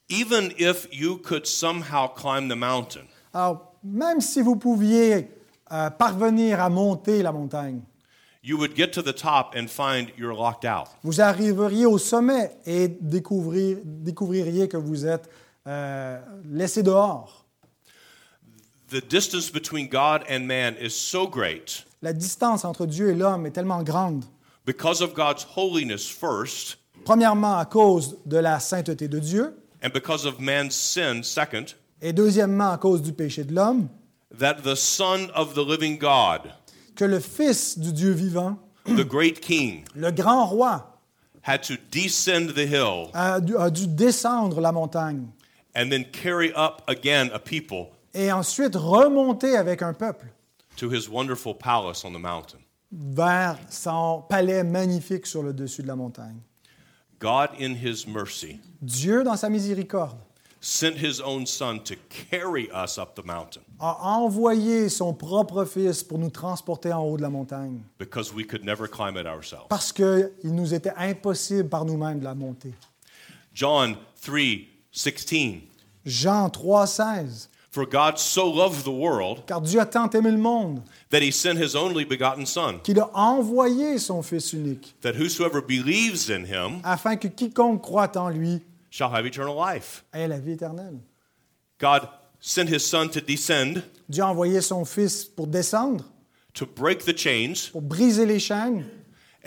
A: Even if you could somehow climb the mountain,
B: Alors, même si vous pouviez euh, parvenir à monter la montagne,
A: you would get to the top and find you're locked out.
B: Vous arriveriez au sommet et découvrir- découvririez que vous êtes euh, laissé dehors.
A: The distance between God and man is so great
B: La distance entre Dieu et l'homme est tellement grande.
A: because of God's holiness first
B: Premièrement, à cause de la sainteté de Dieu,
A: and because of man's sin second
B: et deuxièmement, à cause du péché de l'homme,
A: that the son of the living God,
B: que le Fils du Dieu vivant,
A: the <clears throat> great king,
B: le grand roi,
A: had to descend the hill
B: a dû, a dû descendre la montagne
A: and then carry up again a people
B: et ensuite remonter avec un peuple
A: to his wonderful palace on the mountain.
B: vers son palais magnifique sur le dessus de la montagne.
A: God, in his mercy,
B: Dieu, dans sa miséricorde,
A: sent his own son to carry us up the mountain
B: a envoyé son propre Fils pour nous transporter en haut de la montagne,
A: because we could never climb it ourselves.
B: parce qu'il nous était impossible par nous-mêmes de la monter.
A: John 3 16.
B: Jean 3,16.
A: For God so loved the world
B: Car Dieu a tant aimé le monde
A: that he sent his only begotten Son,
B: qu'il a envoyé son Fils unique,
A: that whosoever believes in him
B: afin que quiconque croit en lui
A: shall have eternal life.
B: ait la vie éternelle.
A: God sent his Son to descend,
B: Dieu a envoyé son Fils pour descendre,
A: to break the chains,
B: pour briser les chaînes,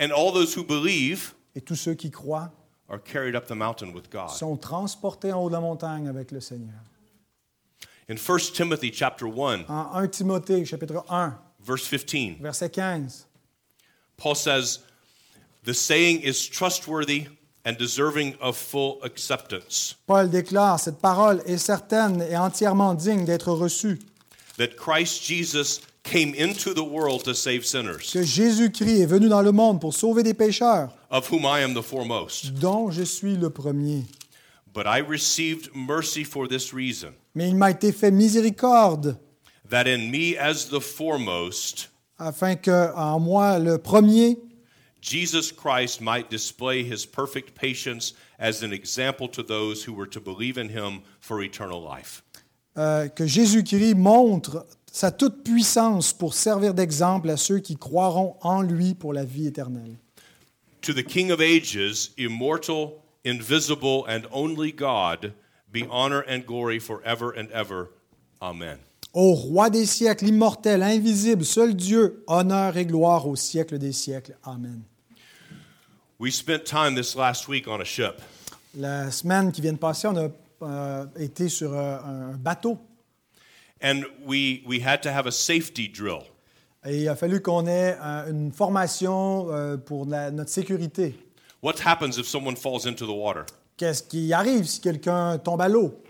A: and all those who believe
B: et tous ceux qui croient
A: are carried up the mountain with God.
B: sont transportés en haut de la montagne avec le Seigneur.
A: In 1 Timothy chapter 1,
B: En 1 Timothée, chapitre 1,
A: verse 15,
B: verset 15,
A: Paul says, The saying is trustworthy and deserving of full acceptance,
B: Paul déclare, Cette parole est certaine et entièrement digne d'être reçue,
A: that Christ Jesus came into the world to save sinners,
B: que Jésus-Christ est venu dans le monde pour sauver des pécheurs,
A: of whom I am the foremost.
B: dont je suis le premier.
A: But I received mercy for this reason,
B: Mais il m'a été fait miséricorde
A: that in me as the foremost,
B: afin que en moi le premier,
A: Jesus Christ might display his perfect patience as an example to those who were to believe in him for eternal life.
B: euh, que Jésus-Christ montre sa toute puissance pour servir d'exemple à ceux qui croiront en lui pour la vie éternelle.
A: To the King of ages, immortal, invisible, and only God, be honor and glory forever and ever. Amen.
B: Au roi des siècles, immortel, invisible, seul Dieu, honneur et gloire au siècle des siècles. Amen.
A: We spent time this last week on a ship,
B: La semaine qui vient de passer, on a euh, été sur euh, un bateau
A: and we, we had to have a safety drill.
B: et il a fallu qu'on ait euh, une formation euh, pour la- notre sécurité.
A: What happens if someone falls into the water?
B: Qu'est-ce qui arrive si quelqu'un tombe à l'eau?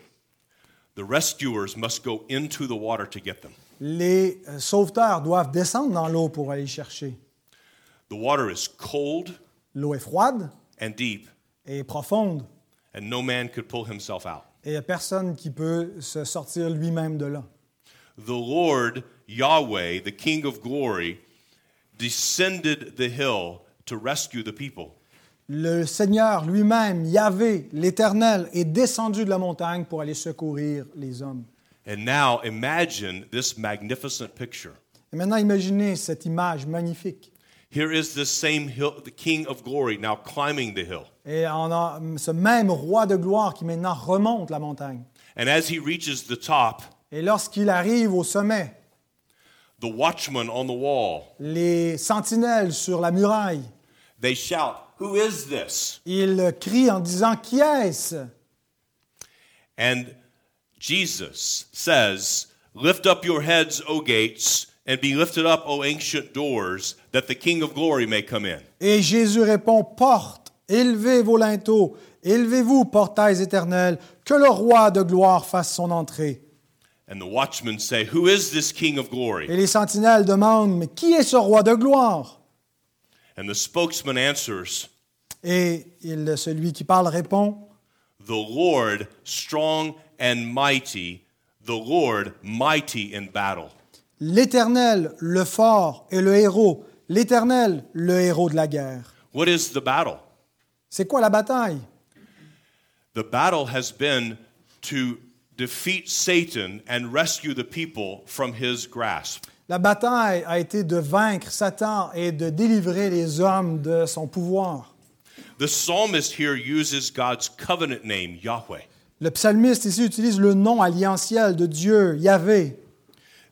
A: The rescuers must go into the water to get them.
B: Les euh, sauveteurs doivent descendre dans l'eau pour aller chercher.
A: The water is cold
B: L'eau est froide
A: and deep,
B: et profonde
A: and no man could pull himself out.
B: et il n'y a personne qui peut se sortir lui-même de là.
A: The Lord Yahweh, the King of glory, descended the hill to rescue the people.
B: Le Seigneur lui-même, Yahvé, l'Éternel, est descendu de la montagne pour aller secourir les hommes.
A: And now imagine this magnificent picture.
B: Et maintenant, imaginez cette image magnifique.
A: Here is this same hill, the King of glory, now climbing the hill.
B: Et on a ce même roi de gloire qui maintenant remonte la montagne.
A: And as he reaches the top,
B: Et lorsqu'il arrive au sommet,
A: the watchmen on the wall,
B: les sentinelles sur la muraille,
A: they shout, Who is this?
B: ils crient en disant Qui est-ce
A: And Jesus says, Lift up your heads, O gates, and be lifted up, O ancient doors, that the King of glory may come in.
B: Et Jésus répond Porte, élevez vos linteaux, élevez-vous, portails éternels, que le roi de gloire fasse son entrée.
A: And the watchmen say, Who is this King of glory?
B: Et les sentinelles demandent Mais qui est ce roi de gloire
A: And the spokesman answers,
B: Et il- celui qui parle répond
A: The Lord, strong and mighty, the Lord, mighty in battle.
B: L'Éternel, le fort et le héros, l'Éternel, le héros de la guerre.
A: What is the battle?
B: C'est quoi la bataille
A: The battle has been to defeat Satan and rescue the people from his grasp.
B: La bataille a été de vaincre Satan et de délivrer les hommes de son pouvoir.
A: The psalmist here uses God's covenant name, Yahweh.
B: Le psalmiste ici utilise le nom alliantiel de Dieu, Yahvé.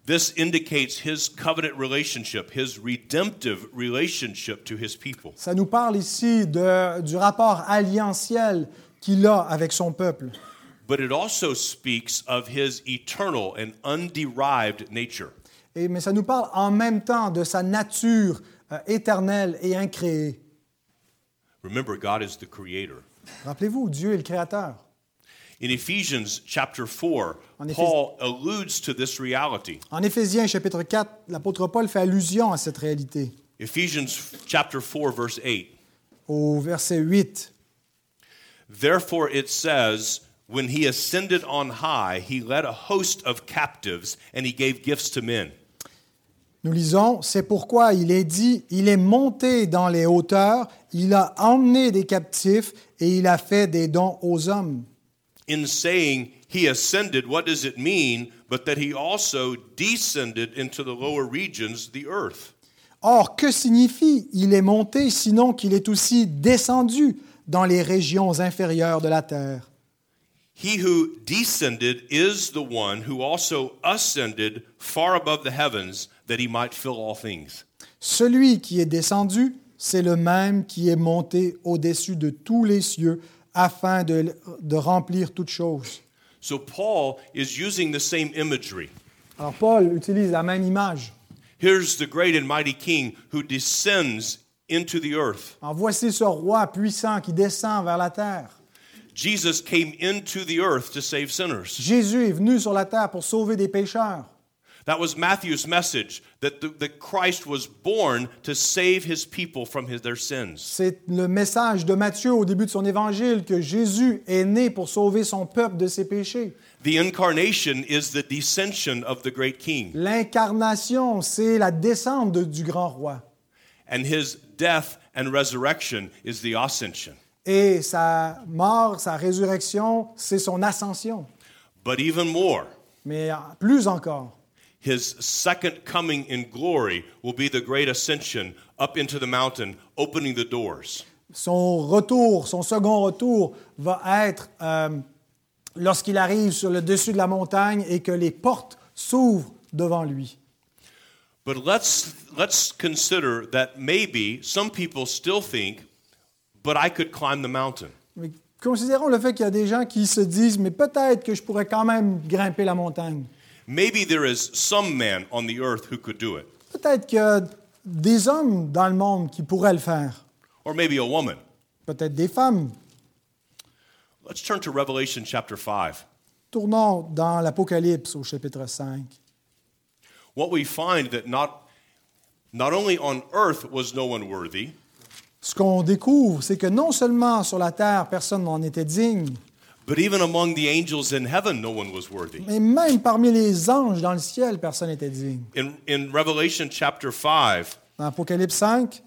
A: This indicates his covenant relationship, his redemptive relationship to his people.
B: Ça nous parle ici de- du rapport alliantiel qu'il a avec son peuple.
A: But it also speaks of his eternal and underived nature.
B: Et- mais ça nous parle en même temps de sa nature euh, éternelle et incréée.
A: Remember, God is the creator.
B: Rappelez-vous, Dieu est le Créateur.
A: In Ephesians chapter 4,
B: En Éphésiens-
A: Paul alludes to this reality.
B: En Éphésiens chapitre 4, l'apôtre Paul fait allusion à cette réalité
A: Ephesians chapter 4, verse 8.
B: au verset 8.
A: Therefore, it says, When he ascended on high, he led a host of captives and he gave gifts to men.
B: Nous lisons, c'est pourquoi il est dit, il est monté dans les hauteurs, il a emmené des captifs et il a fait des dons aux hommes.
A: In saying he ascended, what does it mean but that he also descended into the lower regions, the earth?
B: Or, que signifie il est monté sinon qu'il est aussi descendu dans les régions inférieures de la terre?
A: He who descended is the one who also ascended far above the heavens that he might fill all things.
B: Celui qui est descendu, c'est le même qui est monté au-dessus de tous les cieux afin de, de remplir toutes choses.
A: So Paul is using the same imagery.
B: Alors Paul utilise la même image.
A: Here's the great and mighty king who descends into the earth.
B: En voici ce roi puissant qui descend vers la terre.
A: Jesus came into the earth to save sinners.
B: Jésus est venu sur la terre pour sauver des pécheurs.
A: That was Matthew's message that the, that Christ was born to save his people from his, their sins.
B: C'est le message de Matthieu au début de son évangile que Jésus est né pour sauver son peuple de ses péchés.
A: The incarnation is the descension of the great king,
B: L'incarnation, c'est la descente de- du grand roi.
A: and his death and resurrection is the ascension.
B: Et sa mort, sa résurrection, c'est son ascension.
A: But even more,
B: Mais euh, plus encore,
A: his second coming in glory will be the great ascension up into the mountain, opening the doors.
B: son retour, son second retour va être euh, lorsqu'il arrive sur le dessus de la montagne et que les portes s'ouvrent devant lui.
A: But let's let's consider that maybe some people still think, but I could climb the mountain.
B: Mais considérons le fait qu'il y a des gens qui se disent, mais peut-être que je pourrais quand même grimper la montagne.
A: Maybe there is some man on the earth who could do it,
B: Peut-être qu'il y a des hommes dans le monde qui pourraient le faire.
A: or maybe a woman.
B: Peut-être des femmes.
A: Let's turn to Revelation chapter 5.
B: Tournons dans l'Apocalypse au chapitre 5.
A: What we find that not not only on earth was no one worthy,
B: Ce qu'on découvre, c'est que non seulement sur la terre, personne n'en était digne,
A: but even among the angels in heaven no one was worthy.
B: mais même parmi les anges dans le ciel, personne n'était digne.
A: In in Revelation chapter 5,
B: Dans Apocalypse 5,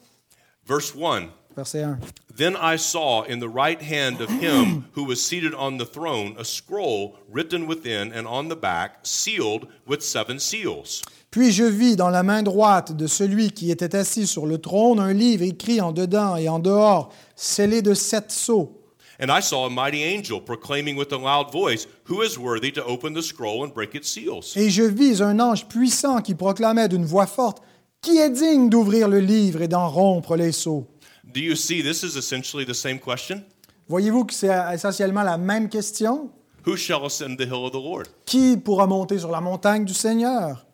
A: verse 1,
B: verset 1.
A: Then I saw in the right hand of him who was seated on the throne a scroll written within and on the back, sealed with seven seals.
B: Puis je vis dans la main droite de celui qui était assis sur le trône un livre écrit en dedans et en dehors, scellé de sept sceaux.
A: And I saw a mighty angel proclaiming with a loud voice, Who is worthy to open the scroll and break its seals?
B: Et je vis un ange puissant qui proclamait d'une voix forte, Qui est digne d'ouvrir le livre et d'en rompre les sceaux
A: Do you see this is essentially the same question?
B: Voyez-vous que c'est essentiellement la même question
A: Who shall ascend the hill of the Lord?
B: Qui pourra monter sur la montagne du Seigneur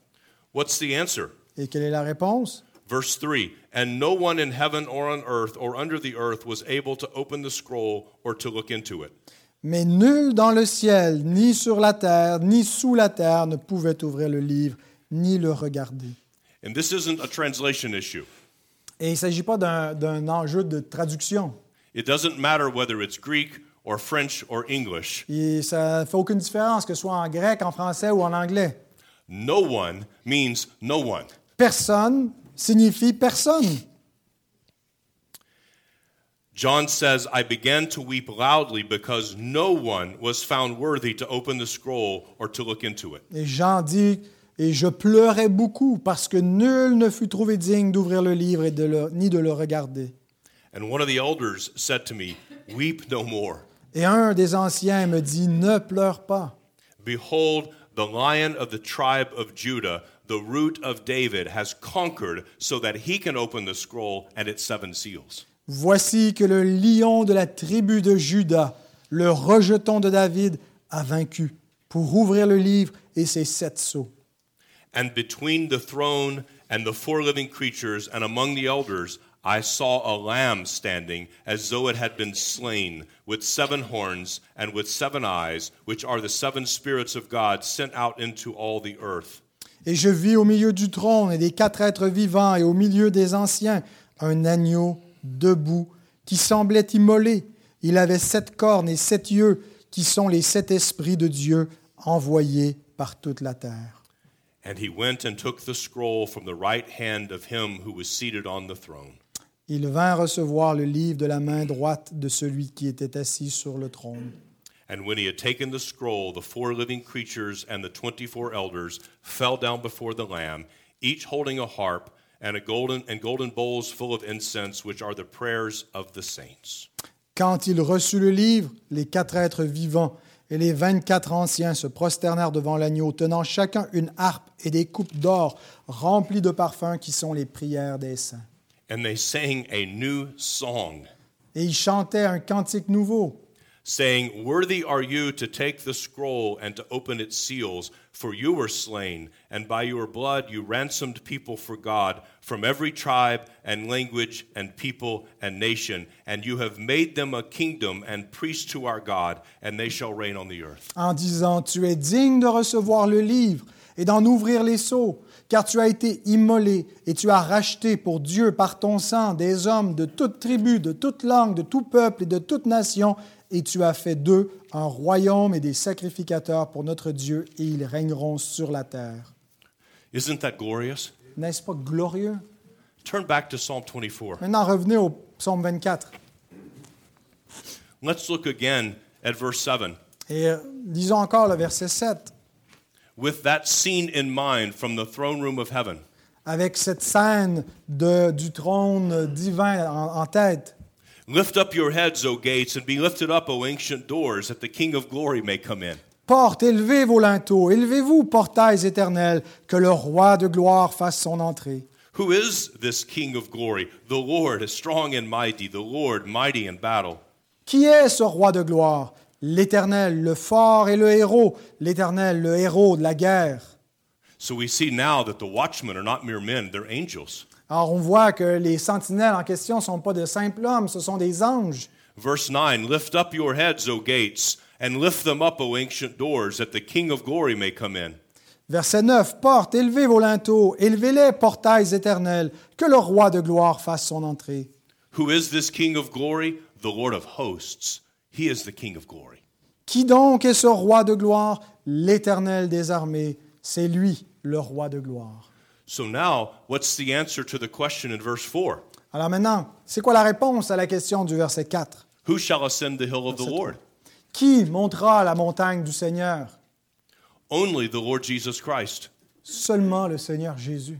A: What's the answer?
B: Et quelle est la réponse
A: Verse 3 And no one in heaven or on earth or under the earth was able to open the scroll or to look into it.
B: Mais nul dans le ciel, ni sur la terre, ni sous la terre ne pouvait ouvrir le livre, ni le regarder.
A: And this isn't a translation issue.
B: Et il ne s'agit pas d'un- d'un enjeu de traduction.
A: It doesn't matter whether it's Greek or French or English.
B: Et ça ne fait aucune différence que ce soit en grec, en français ou en anglais.
A: No one means no one.
B: Personne signifie personne.
A: John says, I began to weep loudly because no one was found worthy to open the scroll or to look into it.
B: Et Jean dit, Et je pleurais beaucoup parce que nul ne fut trouvé digne d'ouvrir le livre et de le- ni de le regarder.
A: And one of the elders said to me, Weep no more.
B: Et un des anciens me dit, ne pleure pas.
A: Behold, the lion of the tribe of Judah, the root of David, has conquered so that he can open the scroll and its seven seals.
B: Voici que le lion de la tribu de Juda, le rejeton de David, a vaincu pour ouvrir le livre et ses sept sceaux.
A: And between the throne and the four living creatures and among the elders, I saw a lamb standing as though it had been slain, with seven horns and with seven eyes, which are the seven spirits of God sent out into all the earth.
B: Et je vis au milieu du trône et des quatre êtres vivants et au milieu des anciens un agneau debout qui semblait immolé. Il avait sept cornes et sept yeux qui sont les sept esprits de Dieu envoyés par toute la terre.
A: And he went and took the scroll from the right hand of him who was seated on the throne.
B: Il vint recevoir le livre de la main droite de celui qui était assis sur le trône.
A: And when he had taken the scroll, the four living creatures and the twenty four elders fell down before the Lamb, each holding a harp and a golden and golden bowls full of incense, which are the prayers of the saints.
B: Quand il reçut le livre, les quatre êtres vivants et les vingt-quatre anciens se prosternèrent devant l'agneau, tenant chacun une harpe et des coupes d'or remplies de parfums qui sont les prières des saints.
A: And they sang a new song,
B: Et ils chantaient un cantique nouveau.
A: saying, Worthy are you to take the scroll and to open its seals, for you were slain, and by your blood you ransomed people for God from every tribe and language and people and nation, and you have made them a kingdom and priests to our God, and they shall reign on the earth.
B: en disant Tu es digne de recevoir le livre et d'en ouvrir les sceaux, car tu as été immolé et tu as racheté pour Dieu par ton sang des hommes de toute tribu, de toute langue, de tout peuple et de toute nation, et tu as fait d'eux un royaume et des sacrificateurs pour notre Dieu, et ils régneront sur la terre.
A: Isn't that glorious?
B: N'est-ce pas glorieux
A: Turn back to Psalm 24.
B: Maintenant, revenez au psaume 24
A: Let's look again at verse 7.
B: et euh, lisons encore le verset 7.
A: With that scene in mind from the throne room of heaven,
B: Avec cette scène de- du trône divin en- en tête,
A: Lift up your heads, O gates, and be lifted up, O ancient doors, that the King of glory may come in.
B: Porte, élevez vos linteaux, élevez-vous, portails éternels, que le roi de gloire fasse son entrée.
A: Who is this King of glory? The Lord is strong and mighty, the Lord mighty in battle.
B: Qui est ce roi de gloire L'éternel, le fort et le héros, l'éternel, le héros de la guerre.
A: So we see now that the watchmen are not mere men, they're angels.
B: Alors on voit que les sentinelles en question ne sont pas de simples hommes, ce sont des anges.
A: Verse 9 Lift up your heads, O gates, and lift them up, O ancient doors, that the King of glory may come in.
B: Verset 9, porte, élevez vos linteaux, élevez-les, portails éternels, que le roi de gloire fasse son entrée.
A: Who is this King of glory? The Lord of hosts. He is the King of glory.
B: Qui donc est ce roi de gloire L'éternel des armées, c'est lui le roi de gloire.
A: So now, what's the answer to the question in verse 4?
B: Alors maintenant, c'est quoi la réponse à la question du verset 4
A: Who shall ascend the hill of the Lord?
B: Qui montera la montagne du Seigneur
A: Only the Lord Jesus Christ.
B: Seulement le Seigneur Jésus.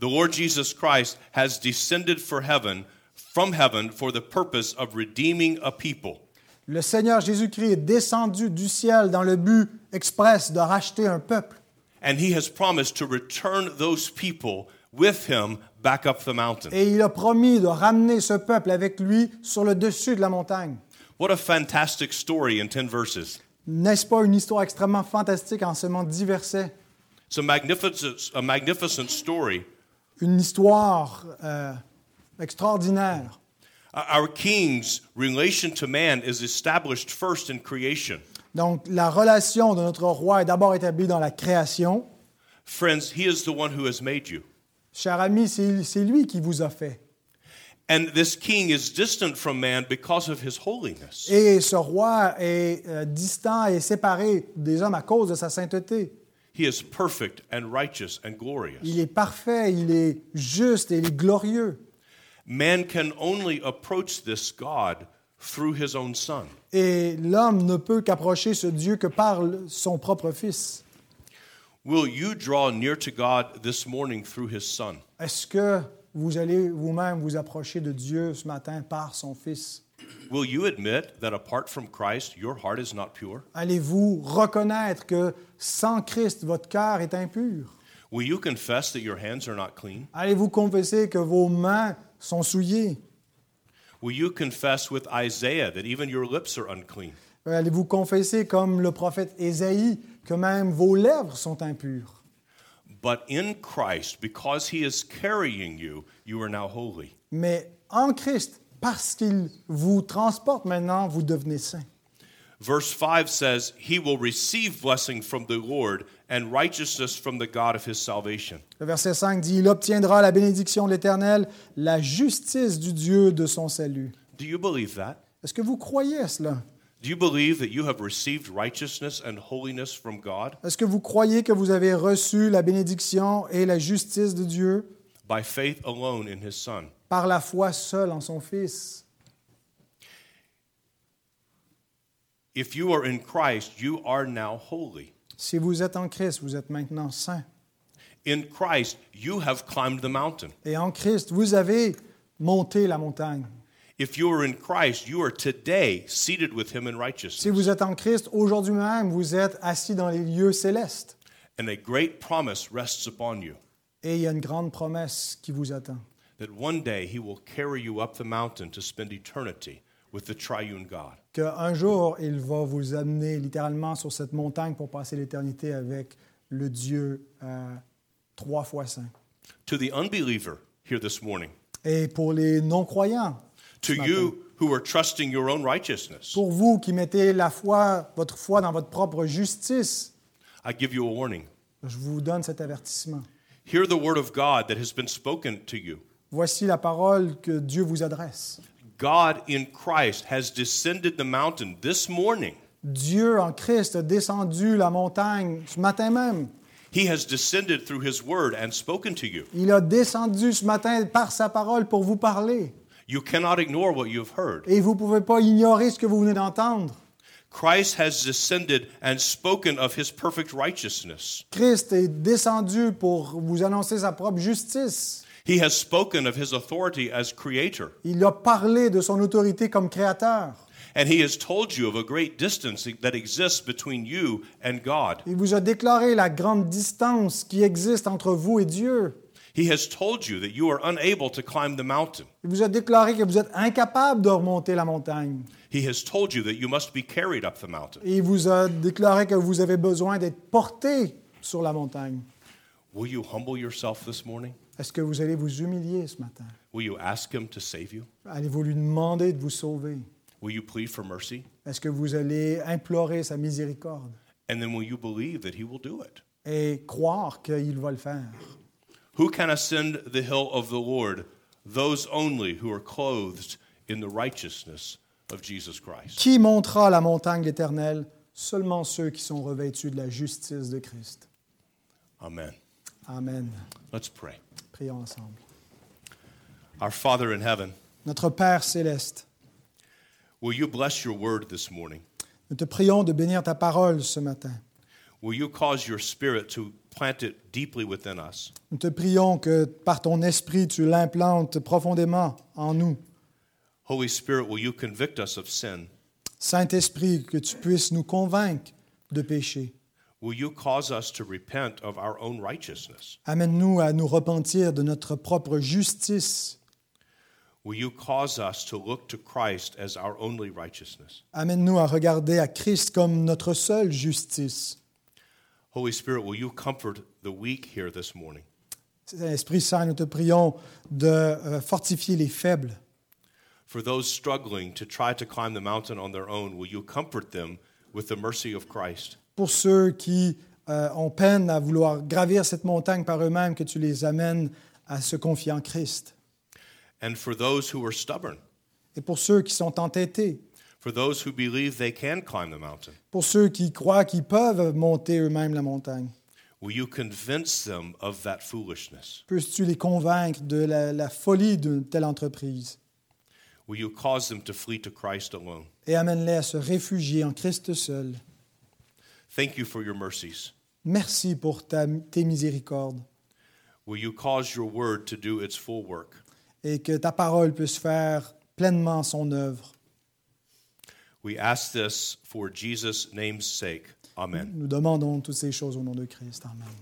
A: The Lord Jesus Christ has descended for heaven from heaven for the purpose of redeeming a people.
B: Le Seigneur Jésus-Christ est descendu du ciel dans le but express de racheter un peuple.
A: And he has promised to return those people with him back up the mountain.
B: Et il a promis de ramener ce peuple avec lui sur le dessus de la montagne.
A: What a fantastic story in 10 verses.
B: N'est-ce pas une histoire extrêmement fantastique en seulement dix versets
A: It's a magnificent, a magnificent story.
B: Une histoire euh, extraordinaire.
A: Uh, Our king's relation to man is established first in creation.
B: Donc la relation de notre roi est d'abord établie dans la création,
A: Friends, he is the one who has made you.
B: Cher ami, c'est c'est lui qui vous a fait.
A: And this king is distant from man because of his holiness.
B: Et ce roi est euh, distant et séparé des hommes à cause de sa sainteté.
A: He is perfect and righteous and glorious.
B: Il est parfait, il est juste et il est glorieux.
A: Man can only approach this God through his own son.
B: Et l'homme ne peut qu'approcher ce Dieu que par son propre Fils.
A: Will you draw near to God this morning through his son?
B: Est-ce que vous allez vous-même vous approcher de Dieu ce matin par son Fils?
A: Will you admit that apart from Christ, your heart is not pure?
B: Allez-vous reconnaître que sans Christ, votre cœur est impur?
A: Will you confess that your hands are not clean?
B: Allez-vous confesser que vos mains sont souillées?
A: Will you confess with Isaiah that even your lips are unclean?
B: Euh, Allez-vous confesser comme le prophète Ésaïe que même vos lèvres sont impures?
A: But in Christ, because he is carrying you, you are now holy.
B: Mais en Christ, parce qu'il vous transporte maintenant, vous devenez saints.
A: Verse 5 says, He will receive blessing from the Lord and righteousness from the God of his salvation.
B: Le verset 5 dit, Il obtiendra la bénédiction de l'Éternel, la justice du Dieu de son salut.
A: Do you believe that?
B: Est-ce que vous croyez à cela?
A: Do you believe that you have received righteousness and holiness from God?
B: Est-ce que vous croyez que vous avez reçu la bénédiction et la justice de Dieu
A: By faith alone in his Son.
B: par la foi seule en son Fils?
A: If you are in Christ, you are now holy.
B: Si vous êtes en Christ, vous êtes maintenant saint.
A: In Christ, you have climbed the mountain.
B: Et en Christ, vous avez monté la montagne.
A: If you are in Christ, you are today seated with him in righteousness.
B: Si vous êtes en Christ, aujourd'hui même, vous êtes assis dans les lieux célestes.
A: And a great promise rests upon you
B: Et il y a une grande promesse qui vous attend.
A: that one day he will carry you up the mountain to spend eternity with the triune God.
B: Qu'un jour, il va vous amener littéralement sur cette montagne pour passer l'éternité avec le Dieu euh, trois fois saint.
A: To the unbeliever here this morning,
B: Et pour les non-croyants,
A: to you who are trusting your own righteousness,
B: pour vous qui mettez la foi, votre foi dans votre propre justice,
A: I give you a warning.
B: je vous donne cet avertissement.
A: Hear the word of God that has been spoken to you.
B: Voici la parole que Dieu vous adresse.
A: God in Christ has descended the mountain this morning.
B: Dieu en Christ a descendu la montagne ce matin même.
A: He has descended through his word and spoken to you.
B: Il a descendu ce matin par sa parole pour vous parler.
A: You cannot ignore what you have heard.
B: Et vous ne pouvez pas ignorer ce que vous venez d'entendre.
A: Christ has descended and spoken of his perfect righteousness.
B: Christ est descendu pour vous annoncer sa propre justice.
A: He has spoken of his authority as creator.
B: Il a parlé de son autorité comme créateur.
A: And he has told you of a great distance that exists between you and God.
B: Il vous a déclaré la grande distance qui existe entre vous et Dieu.
A: He has told you that you are unable to climb the mountain.
B: Il vous a déclaré que vous êtes incapable de remonter la montagne.
A: He has told you that you must be carried up the mountain.
B: Et il vous a déclaré que vous avez besoin d'être porté sur la montagne.
A: Will you humble yourself this morning?
B: Est-ce que vous allez vous humilier ce matin?
A: Will you ask him to save you?
B: Allez-vous lui demander de vous sauver?
A: Will you plead for mercy?
B: Est-ce que vous allez implorer sa miséricorde
A: And then will you believe that he will do it?
B: et croire qu'il va le faire?
A: Who can ascend the hill of the Lord? Those only who are clothed in the righteousness of Jesus Christ.
B: Qui montera la montagne de l'Éternel? Seulement ceux qui sont revêtus de la justice de Christ.
A: Amen.
B: Amen.
A: Let's pray.
B: Prions ensemble.
A: Our Father in heaven,
B: Notre Père céleste,
A: will you bless your word this morning?
B: nous te prions de bénir ta parole ce matin.
A: Will you cause your spirit to plant it deeply within us?
B: Nous te prions que par ton esprit, tu l'implantes profondément en nous.
A: Holy Spirit, will you convict us of sin?
B: Saint-Esprit, que tu puisses nous convaincre de péché.
A: Will you cause us to repent of our own righteousness?
B: Amène-nous à nous repentir de notre propre justice.
A: Will you cause us to look to Christ as our only righteousness?
B: Amène-nous à regarder à Christ comme notre seule justice.
A: Holy Spirit, will you comfort the weak here this morning?
B: Esprit Saint, nous te prions de euh, fortifier les faibles.
A: For those struggling to try to climb the mountain on their own, will you comfort them with the mercy of Christ?
B: Pour ceux qui euh, ont peine à vouloir gravir cette montagne par eux-mêmes, que tu les amènes à se confier en Christ.
A: And for those who are stubborn,
B: Et pour ceux qui sont entêtés,
A: for those who believe they can climb the mountain,
B: pour ceux qui croient qu'ils peuvent monter eux-mêmes la montagne,
A: will you convince them of that foolishness?
B: puisses-tu les convaincre de la, la folie d'une telle entreprise
A: Will you cause them to flee to Christ alone?
B: et amène-les à se réfugier en Christ seul.
A: Thank you for your mercies.
B: Merci pour ta- tes miséricordes
A: Will you cause your word to do its full work?
B: et que ta parole puisse faire pleinement son œuvre.
A: We ask this for Jesus' name's sake. Amen.
B: Nous demandons toutes ces choses au nom de Christ. Amen.